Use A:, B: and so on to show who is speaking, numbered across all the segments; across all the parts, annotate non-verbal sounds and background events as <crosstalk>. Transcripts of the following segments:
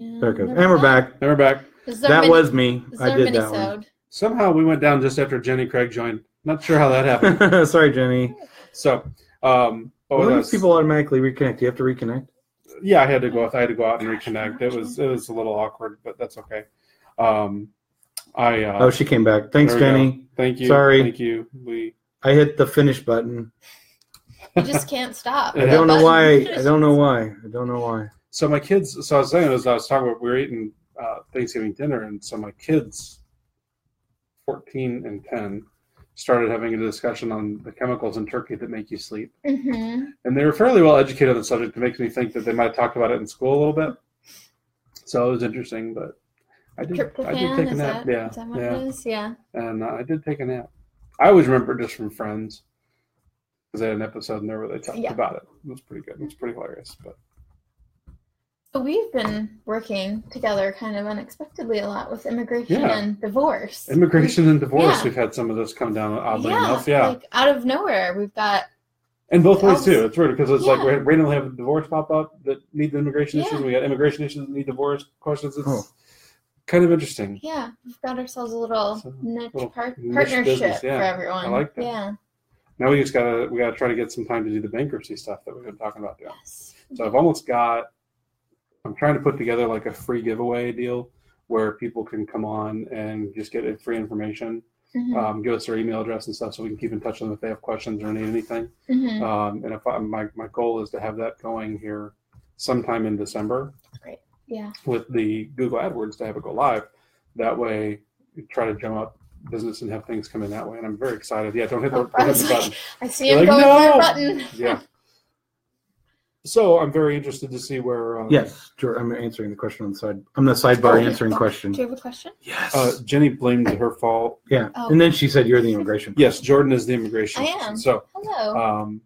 A: There it goes. And we're back.
B: And we're back.
C: Is there
A: That
C: mini-
A: was me.
C: is
A: I
C: there
A: did that one.
C: minisode?
B: Somehow we went down just after Jenny Craig joined. Not sure how
A: <laughs>
B: that happened.
A: Sorry, Jenny.
B: so, um, oh,
A: Why do
B: that's,
A: people automatically reconnect? You have to reconnect.
B: yeah, I had to go. I had to go out and reconnect. It was it was a little awkward, but that's okay. Um, I uh,
A: Oh, she came back. Thanks,
B: There we go.
A: Jenny.
B: thank you.
A: sorry.
B: Thank you. We
A: I hit the finish button.
C: You just can't
B: <laughs>
C: stop.
A: I
B: Yeah.
A: don't know
C: Button.
A: why. I
C: <laughs>
A: don't know why. I don't know why.
B: so my kids. So I was saying as I was talking about we were eating uh, Thanksgiving dinner, and so my kids, fourteen and ten, started having a discussion on the chemicals in turkey that make you sleep.
C: Mhm.
B: and they were fairly well educated on the subject. It makes me think that they might have talked about it in school a little bit. So it was interesting, but I did I did
C: Tryptophan,
B: take a
C: is
B: nap.
C: that,
B: yeah,
C: is that what
B: yeah,
C: it is? Yeah.
B: and uh, I did take a nap. I always remember it just from Friends because they had an episode in there where they talked
C: Yeah.
B: about it. It was pretty good. It was pretty hilarious. But
C: But We've been working together kind of unexpectedly a lot with immigration
B: Yeah.
C: and divorce.
B: immigration and divorce,
C: Yeah.
B: we've had some of this come down oddly enough. Yeah,
C: Like out of nowhere, we've got
B: and both ways
C: Else-
B: too. It's weird because it's like
C: Yeah.
B: we randomly have a divorce pop up that need immigration
C: Yeah.
B: issues. We got immigration issues that need divorce questions. It's
A: Oh.
B: kind of interesting.
C: yeah, we've got ourselves a little
B: So,
C: niche
B: little
C: par-
B: niche
C: partnership
B: business, yeah.
C: for everyone.
B: I like that.
C: Yeah.
B: Now we just gotta we gotta try to get some time to do the bankruptcy stuff that we've been talking about doing.
C: Yes.
B: So I've almost got I'm trying to put together like a free giveaway deal where people can come on and just get free information,
C: Mhm.
B: um, give us their email address and stuff, so we can keep in touch with them if they have questions or need anything.
C: Mhm.
B: Um, and if I, my my goal is to have that going here sometime in December
C: Yeah.
B: with the Google AdWords to have it go live. That way, we try to jump up business and have things come in that way. And I'm very excited. Yeah, don't hit the,
C: Oh,
B: don't hit
C: Brian's
B: the
C: like,
B: button.
C: I see
B: You're
C: him
B: like,
C: going for a
B: "No!"
C: button.
B: yeah. So I'm very interested to see where. Uh,
A: Yes, George, I'm answering the question on the side. I'm the sidebar
C: Oh,
A: answering
C: yeah. <laughs>
A: question.
C: Do you have a question?
A: Yes.
B: Uh, Jenny blamed her fault.
A: yeah.
C: oh.
A: And then she said, "You're the immigration."
B: Yes, Jordan is the immigration.
C: I am. Oh.
B: So,
C: Hello.
B: um,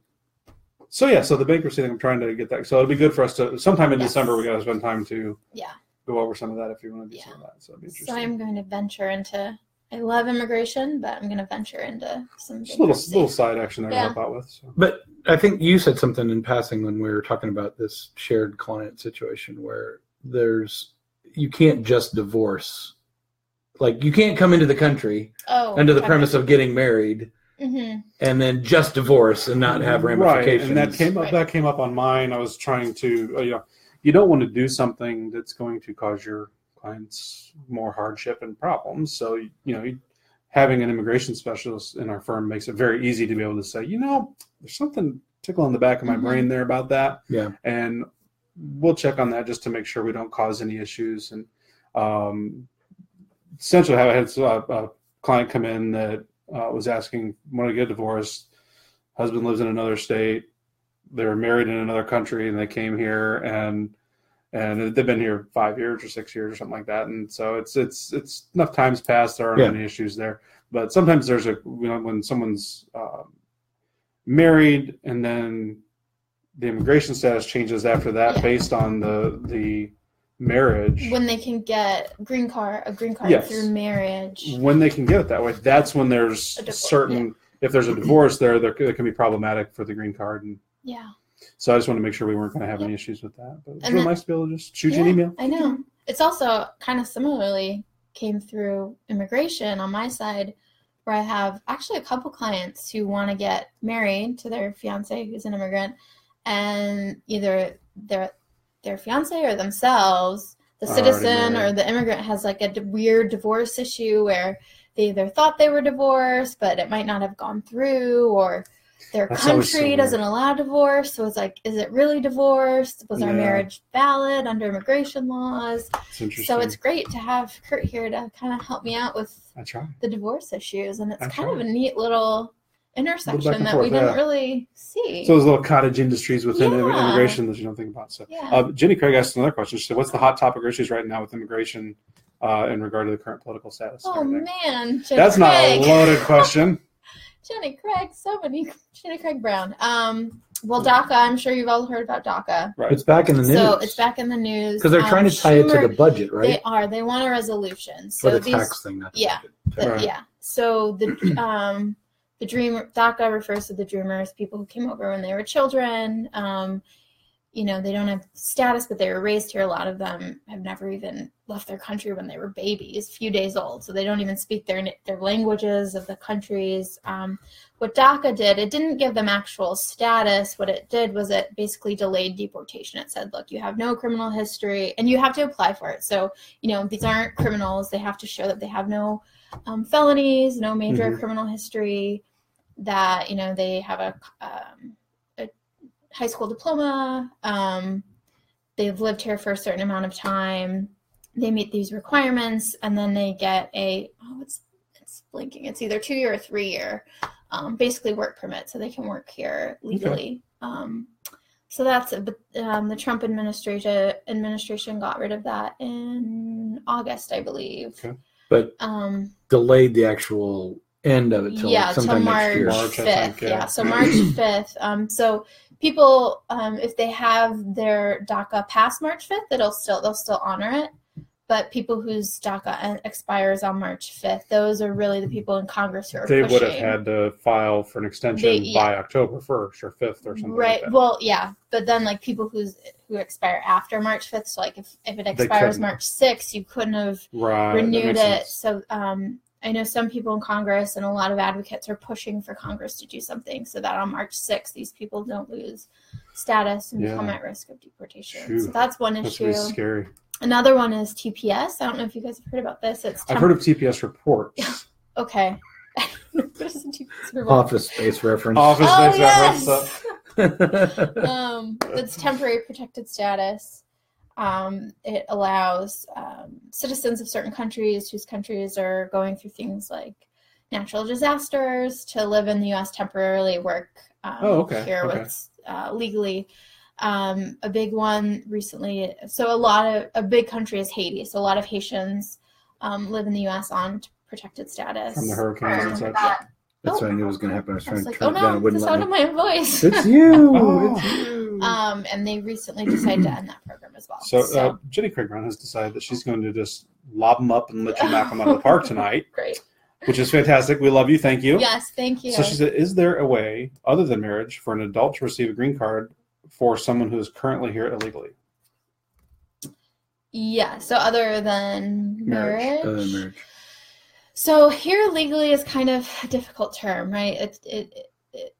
B: so yeah, so the bankruptcy thing, I'm trying to get that. So it'll be good for us to sometime in
C: Yes.
B: December. We got to spend time to
C: Yeah.
B: go over some of that if you want to do
C: Yeah.
B: some of that. So it'd be interesting.
C: So I'm going to venture into. I love immigration, but I'm going to venture into some.
B: Just a little
C: bankruptcy.
B: little side action there
C: Yeah.
B: to help out with. So.
A: But I think you said something in passing when we were talking about this shared client situation where there's you can't just divorce. Like you can't come into the country
C: Oh,
A: under the premise of getting married
C: hmm
A: and then just divorce and not have ramifications.
B: Right, and that came up.
C: Right.
B: That came up on mine. I was trying to, uh, you know, you don't want to do something that's going to cause your clients more hardship and problems. So, you know, you- having an immigration specialist in our firm makes it very easy to be able to say, you know, there's something tickling the back of my
C: Mhm.
B: brain there about that.
A: Yeah.
B: and we'll check on that just to make sure we don't cause any issues. And um, essentially, I had a, a client come in that uh, was asking, "Want to get divorced? Husband lives in another state. They were married in another country, and they came here, and and they've been here five years or six years or something like that. And so it's it's it's enough times passed. There aren't
A: Yeah.
B: any issues there, but sometimes there's a you know, when someone's um, married and then the immigration status changes after that
C: Yeah.
B: based on the the marriage
C: when they can get green card, a green card
B: Yes. Mm.
C: through marriage.
B: when they can get it that way, that's when there's
C: A divorce,
B: certain. If there's a divorce there, there c- it can be problematic for the green card, and
C: Yeah,
B: so I just want to make sure we weren't going to have any issues with that. But it's
C: And
B: real
C: that-
B: nice to be able to just shoot you an
C: Yeah,
B: email.
C: I know. It's also kind of similarly came through immigration on my side, where I have actually a couple clients who want to get married to their fiance who's an immigrant, and either their their fiance or themselves, the
B: Are already
C: citizen or
B: married.
C: the immigrant has like a d- weird divorce issue where they either thought they were divorced but it might not have gone through or their
B: That's always so
C: country
B: weird.
C: doesn't allow divorce so it's like is it really divorced was our
B: Yeah.
C: marriage valid under immigration laws
B: It's interesting.
C: so it's great to have kurt here to kind of help me out with
B: I try.
C: the divorce issues and it's
B: I'm
C: kind
B: sure.
C: of a neat little intersection
B: and
C: that we
B: forth,
C: didn't
B: yeah.
C: really see
B: So those little cottage industries within im-
C: Yeah.
B: immigration that you don't think about. So
C: yeah
B: uh, Jenny Craig asked another question. She said, "What's the hot topic or issues right now with immigration uh, in regard to the current political status?" and
C: oh
B: everything?"
C: man Jenny
B: That's not a
C: Craig.
B: loaded
C: <laughs>
B: question.
C: Jenny Craig, so many Jenny Craig Brown. Um, well, DACA. I'm sure you've all heard about DACA.
B: Right.
A: It's back in the news.
C: So it's back in the news
A: because they're
C: Um,
A: trying to tie it
C: Schumer-
A: to the budget,
C: They
A: right?
C: are. They want a resolution.
A: For
C: So
A: the
C: these,
A: tax thing. Not the
C: yeah.
A: budget.
C: the-
B: Right.
C: yeah. So the um, the dream DACA refers to the Dreamers, people who came over when they were children. Um, you know, they don't have status, but they were raised here. A lot of them have never even left their country when they were babies, few days old. So they don't even speak their their languages of the countries. Um, what DACA did, it didn't give them actual status. What it did was it basically delayed deportation. It said, look, you have no criminal history, and you have to apply for it. So you know, these aren't criminals. They have to show that they have no um, felonies, no major
B: Mhm.
C: criminal history. That you know, they have a um, high school diploma. Um, they've lived here for a certain amount of time. They meet these requirements, and then they get a oh, it's it's blinking. It's either two year or three year, um, basically work permit, so they can work here legally. Um, so that's it. But um, the Trump administration administration got rid of that in August, I believe.
B: Okay.
A: But
C: Um,
A: delayed the actual end of it till
C: yeah, till
A: sometime next
C: March
A: year.
B: March, I
C: fifth.
B: think,
C: Yeah.
B: yeah.
C: so
A: <clears throat>
C: March fifth. Um, so people, um, if they have their DACA past March fifth, it'll still they'll still honor it. But people whose DACA en- expires on March fifth, those are really the people in Congress who are
B: They
C: pushing.
B: would have had to file for an extension
C: They- yeah.
B: by October first or fifth or something.
C: right.
B: Like that.
C: Well, yeah, but then like people who's who expire after March fifth. So like if if it expires
B: couldn't.
C: March sixth, you couldn't have
B: right. Uh, that
C: renewed
B: makes
C: it.
B: sense.
C: So um, I know some people in Congress and a lot of advocates are pushing for Congress to do something so that on March 6th, these people don't lose status and
B: Yeah.
C: become at risk of deportation. So
B: Phew.
C: that's one
B: That's
C: issue.
B: really scary.
C: Another one is TPS. I don't know if you guys have heard about this. It's
B: I've
C: temp-
B: heard of
C: <laughs>
B: TPS reports.
C: okay. what is a TPS revolt?
A: Office space reference.
B: Office
C: Oh
B: Space reference, uh,
C: yes. um, that's temporary protected status. Um, it allows um, citizens of certain countries whose countries are going through things like natural disasters to live in the U.S. temporarily, work um,
B: Oh, okay,
C: here
B: okay.
C: with, uh, legally. Um, a big one recently. So a lot of a big country is Haiti. So a lot of Haitians um, live in the U.S. on t- protected status Um,
B: From the hurricanes and such.
A: That's what I knew was going to happen. I was
C: I
A: trying
C: was
A: to
C: like,
A: turn
C: oh
A: it down.
C: no,
A: It wouldn't
C: the sound
A: let
C: of
A: me.
C: my
B: <laughs>
C: voice. <laughs>
A: It's you.
B: Oh.
A: It's you.
C: Um, and they recently decided to end that program as well.
B: So uh, Jenny Craigron has decided that she's going to just lob them up and let you knock them out of
A: <laughs>
B: the park tonight,
C: great.
B: which is fantastic. We love you. Thank you.
C: Yes, thank you.
B: So she said, is there a way other than marriage for an adult to receive a green card for someone who is currently here illegally?
C: yeah. So other than
B: Marriage.
C: marriage,
A: Other than marriage.
C: so here legally is kind of a difficult term, right? It it it,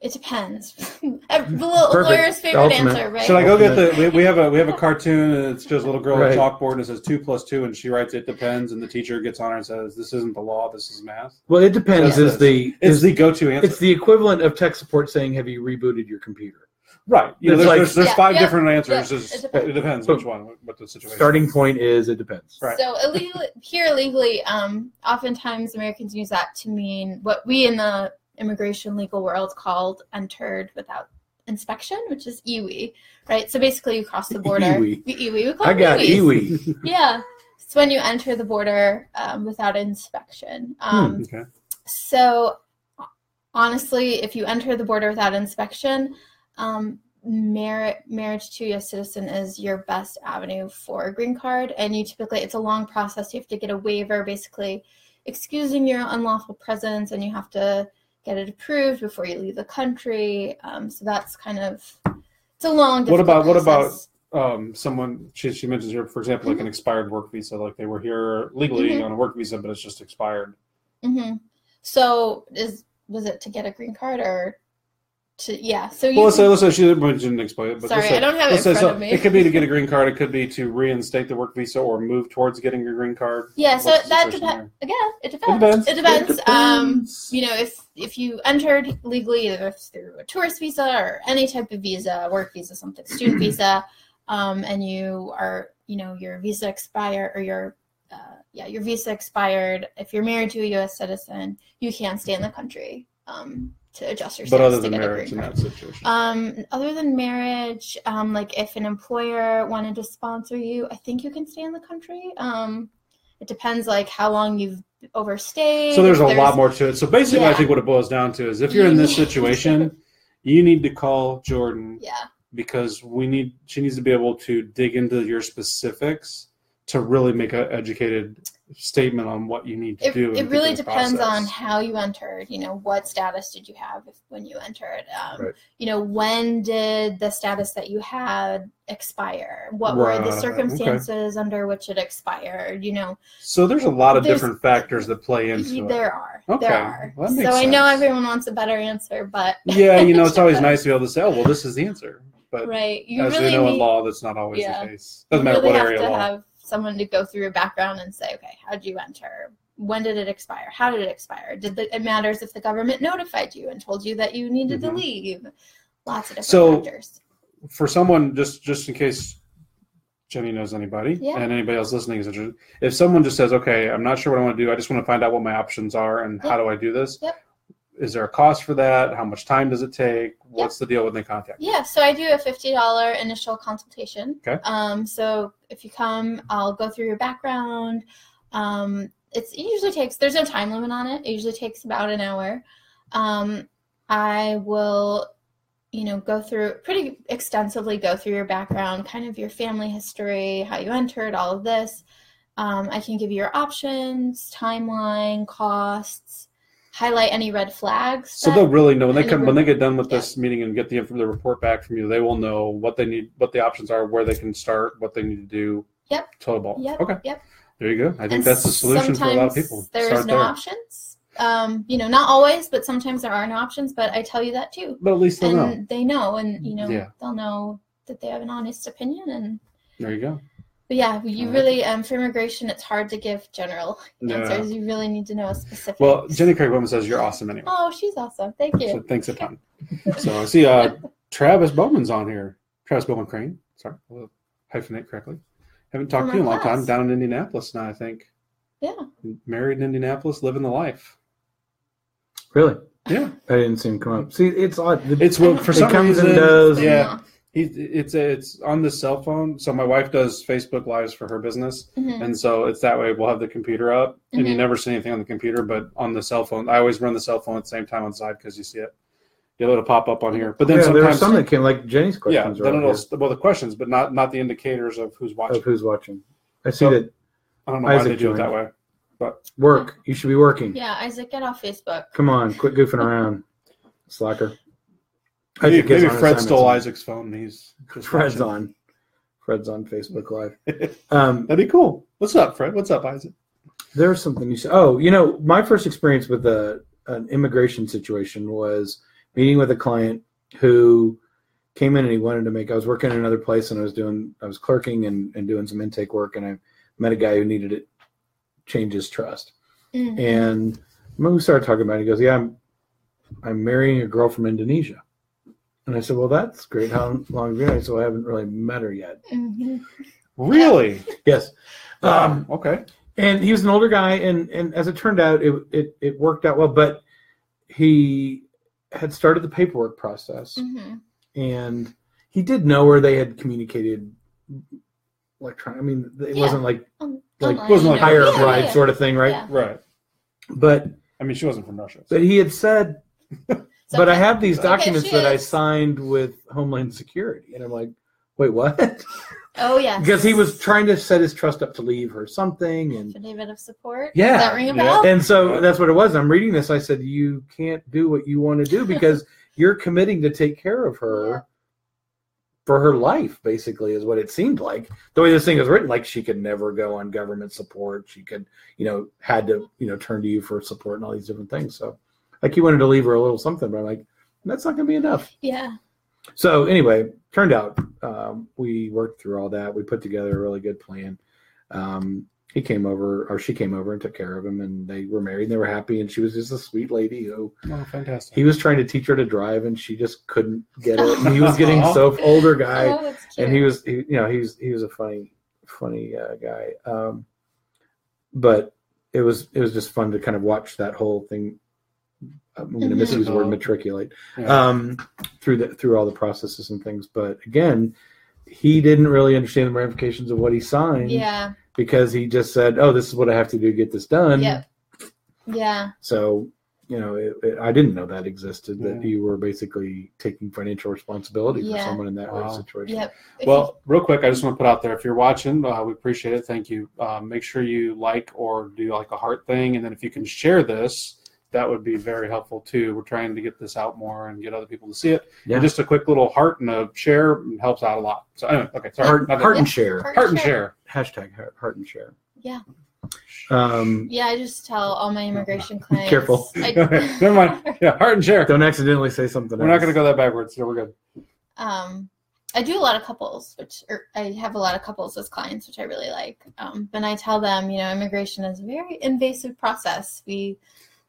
C: it depends. <laughs> the little
A: Perfect.
C: lawyer's favorite
A: Ultimate.
C: answer, right?
B: Should I go get the? We, we have a we have a cartoon and it's just a little girl on a
A: Right.
B: chalkboard and it says two plus two and she writes it depends and the teacher gets on her and says this isn't the law this is math.
A: Well, it depends.
B: Yeah.
A: Is the
B: It's
A: is
B: the go-to answer.
A: it's the equivalent of tech support saying, "Have you rebooted your computer?"
B: right. You know,
A: it's
B: there's,
A: like-
B: there's, there's
C: Yeah,
B: five
C: yeah,
B: different answers.
C: yeah, it
B: It's- it,
C: depends.
B: depends. which one, what, what the situation.
A: Starting point is it depends.
B: Right.
C: So illegally, here illegally, um, oftentimes Americans use that to mean what we in the immigration legal world called entered without inspection, which is iwi, right? So basically, you cross
A: <laughs>
C: the border.
A: Iwi.
C: We, iwi. We call
A: I
C: them
A: got
C: iwis.
A: Iwi.
C: Yeah, it's when you enter the border um, without inspection.
A: Hmm.
C: Um,
B: Okay.
C: so, honestly, if you enter the border without inspection, um, mar- marriage to a U.S. citizen is your best avenue for a green card. And you typically, it's a long process. You have to get a waiver, basically excusing your unlawful presence, and you have to get it approved before you leave the country. Um, so that's kind of it's a long.
B: What about-
C: difficult
B: what about-
C: process.
B: um, someone she, she mentions here, for example,
C: Mm-hmm.
B: like an expired work visa, like they were here legally
C: Mhm.
B: on a work visa, but it's just expired.
C: hmm So is was it to get a green card or to yeah? So you
B: Well, let's say, let's say she didn't explain it, but
C: Sorry,
B: let's say,
C: I don't have it
B: let's
C: in
B: say
C: front of me.
B: It could be to get a green card. It could be to reinstate the work visa or move towards getting your green card.
C: yeah. So
B: What's the
C: that
B: situation
C: depends. Again, it
B: It
C: depends.
B: depends.
C: It depends. Um, you know, if if you entered legally, either through a tourist visa or any type of visa, work visa, something,
B: <clears throat>
C: student visa, um, and you are, you know, your visa expire or your, uh, yeah, your visa expired. If you're married to a U.S. citizen, you can stay in the country um, to adjust your
B: But
C: status
B: other
C: to
B: than
C: get a
B: marriage
C: green
B: in
C: card.
B: that situation.
C: Um, other than marriage, um, like if an employer wanted to sponsor you, I think you can stay in the country. Um, it depends like how long you've overstayed.
B: so there's a
C: if
B: lot more to it. So basically, I
C: Yeah.
B: think what it boils down to is if you're
C: <laughs>
B: in this situation, you need to call Jordan
C: Yeah,
B: because we need she needs to be able to dig into your specifics to really make an educated statement on what you need to
C: it,
B: do.
C: it
B: and
C: really
B: through the
C: depends on
B: process.
C: how you entered you know what status did you have if, when you entered um,
A: Right.
C: you know when did the status that you had expire what were
B: Right,
C: the
B: okay.
C: circumstances under which it expired you know
B: So there's a lot of
C: There's-
B: different factors that play into it.
C: there are
B: Okay,
C: there are
B: well, that
C: so
B: makes
C: i know
B: sense.
C: everyone wants a better answer but
B: Yeah,
C: <laughs>
B: you know, it's always nice to be able to say, "Oh, well, this is the answer." But
C: right you
B: as
C: really
B: we know in
C: need-
B: law, that's not always
C: Yeah.
B: the case. Doesn't
C: you
B: matter
C: really
B: what
C: have
B: area
C: to
B: of law.
C: have someone to go through a background and say, okay, how did you enter? When did it expire? How did it expire? Did the, it matters if the government notified you and told you that you needed
B: Mhm.
C: to leave? Lots of different
B: So-
C: factors.
B: for someone just just in case Jenny knows anybody
C: Yeah.
B: and anybody else listening is interested, if someone just says, "Okay, I'm not sure what I want to do. I just want to find out what my options are and how
C: Yep.
B: do I do this? Is
C: Yep.
B: there a cost for that? How much time does it take? What's the deal when they contact? you?
C: Yeah, so I do a fifty dollar initial consultation.
B: Okay.
C: Um, so if you come, I'll go through your background. Um, it's it usually takes there's no time limit on it. It usually takes about an hour. Um, I will, you know, go through pretty extensively go through your background, kind of your family history, how you entered, all of this. Um, I can give you your options, timeline, costs, highlight any red flags.
B: So
C: that-
B: they'll really know when they
C: and
B: come
C: the
B: when they get done with
C: yeah.
B: this meeting and get the inf- the report back from you. They will know what they need, what the options are, where they can start, what they need to do.
C: Yep.
B: Total ball.
C: Yep,
B: Okay.
C: yep.
B: There you go. I think that's the solution for a lot of
C: sometimes
B: people.
C: There is
B: Start
C: no
B: there.
C: options. Um, you know, not always, but sometimes there are no options. But I tell you that too,
B: But at least they'll
C: and
B: know.
C: they know, and you know,
B: Yeah.
C: they'll know that they have an honest opinion. And
B: There you go.
C: but yeah, you
B: Alright.
C: really um, for immigration, it's hard to give general answers. You really need to know a specific.
B: Well, Jenny Craig Bowman says you're awesome anyway.
C: Oh, she's awesome. Thank
B: So
C: you.
B: thanks a ton. So I see uh, Travis Bowman's on here. Travis Bowman Crane. Sorry, I'll hyphenate correctly. Haven't talked
C: From
B: to you in a
C: our
B: long time.
C: class.
B: Down in Indianapolis now, I think.
C: Yeah.
B: Married in Indianapolis, living the life.
A: Really?
B: Yeah,
A: I didn't see him come up. See, it's odd. The-
B: it's well, for
A: It
B: some
A: comes and
B: reason.
A: goes.
B: Yeah, he, it's it's on the cell phone. So my wife does Facebook lives for her business,
C: Mhm.
B: and so it's that way. We'll have the computer up, and you
C: Mhm.
B: never see anything on the computer, but on the cell phone, I always run the cell phone at the same time on the side because you see it. You'll it'll pop up on here, but then
A: yeah, there were
B: sometimes
A: some that came, like Jenny's
B: yeah,
A: questions
B: then
A: are
B: it'll
A: up here,
B: well the questions, but not not the indicators of who's watching.
A: of who's watching. I see
B: Yep.
A: that
B: I don't know why
A: Isaac
B: they do it
A: joined.
B: that way.
A: work. You should be working.
C: Yeah, Isaac, get off Facebook.
A: Come on, quit goofing around, slacker. I
B: Maybe,
A: think it's
B: maybe
A: on
B: Fred stole
A: assignments.
B: Isaac's phone. And he's
A: <laughs>
B: just
A: Fred's
B: watching.
A: on. Fred's on Facebook Live.
B: <laughs>
A: Um,
B: That'd be cool. What's up, Fred? What's up, Isaac?
A: There's something you said. Oh, you know, my first experience with a, an immigration situation was meeting with a client who came in and he wanted to make. I was working in another place and I was doing, I was clerking and, and doing some intake work, and I met a guy who needed it change his trust.
C: Mm.
A: And when we started talking about it, he goes, "Yeah, I'm, I'm marrying a girl from Indonesia." And I said, "Well, that's great. How long have you?" known?" So I haven't really met her yet.
C: Mhm.
B: Really?
A: Yes. Um,
B: Um, okay.
A: and he was an older guy and and as it turned out it it, it worked out well but he had started the paperwork process
C: Mhm.
A: and he did know where they had communicated electronic i mean it
C: Yeah.
A: wasn't like
C: Um,
A: Like,
C: online,
B: wasn't like
C: you know.
A: hire a
C: Yeah,
A: bride
C: yeah.
A: sort of thing right
C: Yeah.
B: Right.
A: but
B: I mean, she wasn't from Russia. so-
A: but he had said
C: So-
A: but i have these
C: Okay,
A: documents
C: she
A: that i
C: is.
A: signed with homeland security and i'm like wait what <laughs>
C: Oh yeah.
A: because he was trying to set his trust up to leave or something and
C: affidavit of support.
A: Yeah.
C: Does that ring a
B: Yeah.
C: bell?
A: And so that's what it was. I'm reading this. I said, You can't do what you want to do because you're committing to take care of her
C: Yeah.
A: for her life, basically, is what it seemed like. The way this thing was written, like she could never go on government support. She could, you know, had to, you know, turn to you for support and all these different things. So, like, he wanted to leave her a little something, but I'm like, That's not going to be enough.
C: Yeah.
A: So, anyway, turned out um, we worked through all that. We put together a really good plan um, he came over or she came over and took care of him and they were married and they were happy and she was just a sweet lady who
B: Oh, fantastic.
A: he was trying to teach her to drive and she just couldn't get it and he was getting so older guy
C: oh, that's cute.
A: and he was he, you know he was he was a funny funny uh, guy um, but it was it was just fun to kind of watch that whole thing i'm going to
C: Mhm.
A: misuse the word
B: Develop.
A: matriculate
B: Yeah.
A: um, through the through all the processes and things but again he didn't really understand the ramifications of what he signed
C: Yeah.
A: because he just said, "Oh, this is what I have to do to get this done."
C: Yep. Yeah.
A: So you know, it, it, I didn't know that existed. That
B: Yeah.
A: you were basically taking financial responsibility for
C: Yeah.
A: someone in that
B: Wow.
A: situation.
C: Yep. If you-
B: Well, real quick, I just want to put out there if you're watching, uh, we appreciate it. Thank you. Uh, make sure you like or do like a heart thing. And then if you can share this, that would be very helpful too. We're trying to get this out more and get other people to see it.
A: Yeah.
B: And just a quick little heart and a share helps out a lot. So, anyway, okay, sorry.
A: Heart,
B: Not that-
A: heart and share.
C: Heart-
B: heart and share.
A: Hashtag heart, heart and share.
C: Yeah.
A: Um,
C: yeah, I just tell all my immigration clients.
A: Careful.
C: I-
B: Okay, <laughs> never mind. Yeah, heart and share.
A: don't accidentally say something.
B: We're not going to
A: else.
B: go that backwards. So we're good.
C: <laughs> um i do a lot of couples which or i have a lot of couples as clients which i really like um and i tell them you know immigration is a very invasive process we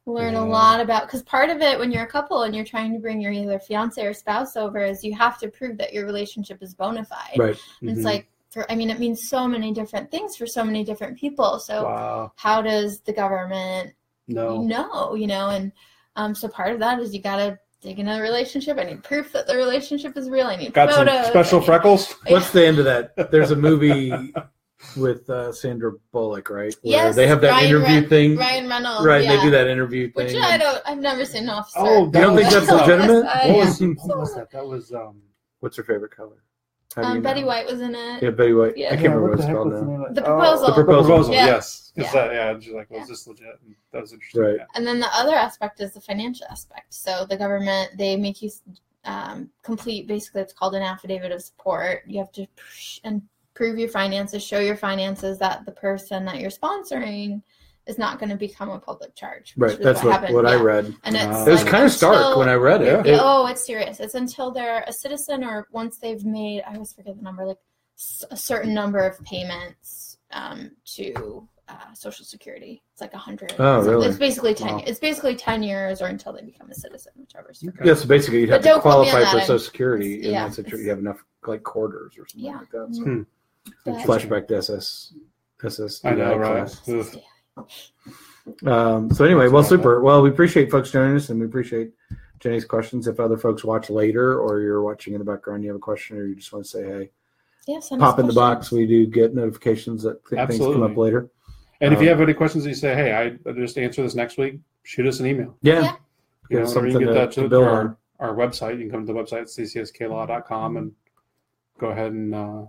C: learn
B: Yeah.
C: a lot about because part of it when you're a couple and you're trying to bring your either fiance or spouse over is you have to prove that your relationship is bona fide
A: Right.
C: And it's
B: Mhm.
C: like for i mean it means so many different things for so many different people so
B: wow.
C: how does the government
B: No.
C: no, oh, you know, and um, so part of that is you gotta dig into the relationship. I need proof that the relationship is real. I need
B: Got some
C: photos.
B: special
C: I need-
B: freckles.
C: oh,
A: What's the end of that? There's a movie with uh, Sandra Bullock, right?
C: Yes,
A: they have that
C: Ryan
A: interview
C: Re-
A: thing,
C: Ryan Reynolds,
A: right?
C: Yeah.
A: They do that interview thing.
C: Which I don't. I've never seen an officer.
B: Oh,
A: you don't think
B: That
A: that's
B: was-
A: legitimate?
C: Yes, <laughs> I
B: What
C: am.
B: was, what was that? That was. Um,
A: What's her favorite color? How do you
C: um,
A: know?
C: Betty White was in it.
A: Yeah, Betty White.
C: Yeah.
A: I can't
B: yeah,
A: remember
B: what
A: what
B: the
A: it's
B: heck
A: called
B: was the
A: now.
B: name of it?
C: The
B: Oh,
C: Proposal.
B: The proposal.
A: The Proposal.
B: Yes.
C: Yeah.
B: It's That, yeah. And she's like, was
C: Yeah.
B: this legit? And that was interesting.
A: Right.
B: Yeah.
C: And then the other aspect is the financial aspect. So the government they make you um, complete basically it's called an affidavit of support. You have to pr- and prove your finances, show your finances that the person that you're sponsoring is not going to become a public charge. which
A: Right.
C: was
A: That's what,
C: happened,
A: what I
C: yeah.
A: read.
C: And it's
B: Wow.
A: It was
C: like
A: kind of stark
C: until-
A: when I read it.
B: Yeah.
A: It-
C: oh, it's serious. It's until they're a citizen or once they've made I always forget the number like s- a certain number of payments um, to uh, Social Security. It's like a hundred.
A: Oh,
C: So
A: really?
C: It's basically ten.
B: Wow.
C: It's basically ten years or until they become a citizen, whichever. is first.
A: yeah, so basically you'd have
C: But
A: to
C: don't quote me on
A: qualify
C: that.
A: for
C: I'm-
A: Social Security,
C: it's-
A: and
C: yeah,
A: that's it.
C: it's-
A: You have enough like quarters or something
C: Yeah.
A: like that. So.
B: Hmm.
C: But-
A: Flashback to SS. SS.
B: I know, right?
A: class.
B: Ugh.
A: Um, so anyway, well, super. Well, we appreciate folks joining us, and we appreciate Jenny's questions. If other folks watch later, or you're watching in the background, you have a question, or you just want to say hey,
C: Yeah, send us
A: pop in the
C: questions.
A: box. We do get notifications that th- things come
B: Absolutely.
A: up later.
B: And if
A: Um,
B: you have any questions that you say, hey, I I just answer this next week, shoot us an email.
A: Yeah,
C: Yeah.
A: Yeah,
B: You know, or you
A: something
B: can
A: to-
B: get that
A: to
B: to,
A: build
B: through
A: on.
B: our, our website. You can come to the website, ccsklaw.com, and go ahead and uh,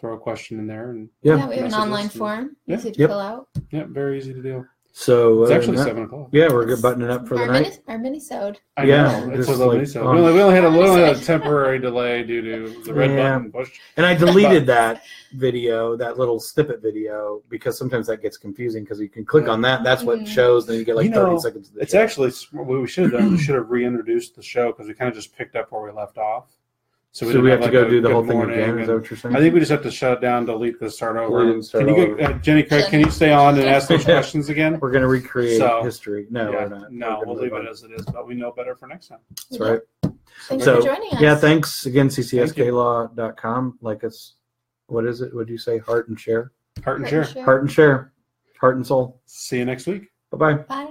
B: throw a question in there. And
A: yeah.
C: Yeah, we have an
B: messages
C: online
B: and-
C: form
B: Yeah.
C: easy to
A: Yep.
C: fill out.
B: yeah, very easy to do.
A: So
B: It's
A: other
B: actually
A: than that-
B: 7 o'clock.
A: Yeah, we're good buttoning up for
C: our
A: the night.
C: Mini, our mini-sode.
B: I
A: Yeah,
B: know.
A: just
B: It's a little
A: like,
B: so.
A: um,
B: we, only, we only had a, we
C: <laughs>
B: only had a temporary delay due to the red
A: Yeah.
B: button push.
A: And I deleted that video, that little snippet video, because sometimes that gets confusing because you can click
B: Yeah.
A: on that. That's what
C: Mhm.
A: shows. Then you get like
B: You know,
A: 30 seconds. Of the
B: It's
A: show.
B: actually sm- what we should have done. We should have reintroduced the show because we kind of just picked up where we left off.
A: So,
B: didn't
A: we have to
B: like,
A: go
B: a
A: do the
B: good
A: whole thing
B: morning
A: again. Is
B: and-
A: that what you're saying?
B: I think we just have to shut it down, delete this, start
A: We
B: over.
A: didn't start
B: can you
A: over.
B: get, uh, Jenny Craig? Can you stay on and ask those
A: Yeah.
B: questions again?
A: We're going to recreate
B: So-
A: history. No,
B: Yeah,
A: we're not.
B: no,
A: We're
B: we'll
A: gonna
B: leave
A: move
B: it
A: on.
B: as it is, but we know better for next time.
A: That's right.
C: Thanks
A: So,
C: for joining us.
A: Yeah, thanks again,
B: you.
A: ccsklaw.com. Like us, what is it? What do you say? Heart and share?
B: Heart and
C: Heart
B: share.
C: and share.
A: Heart and share. Heart and soul.
B: See you next week.
A: Bye bye.
C: Bye.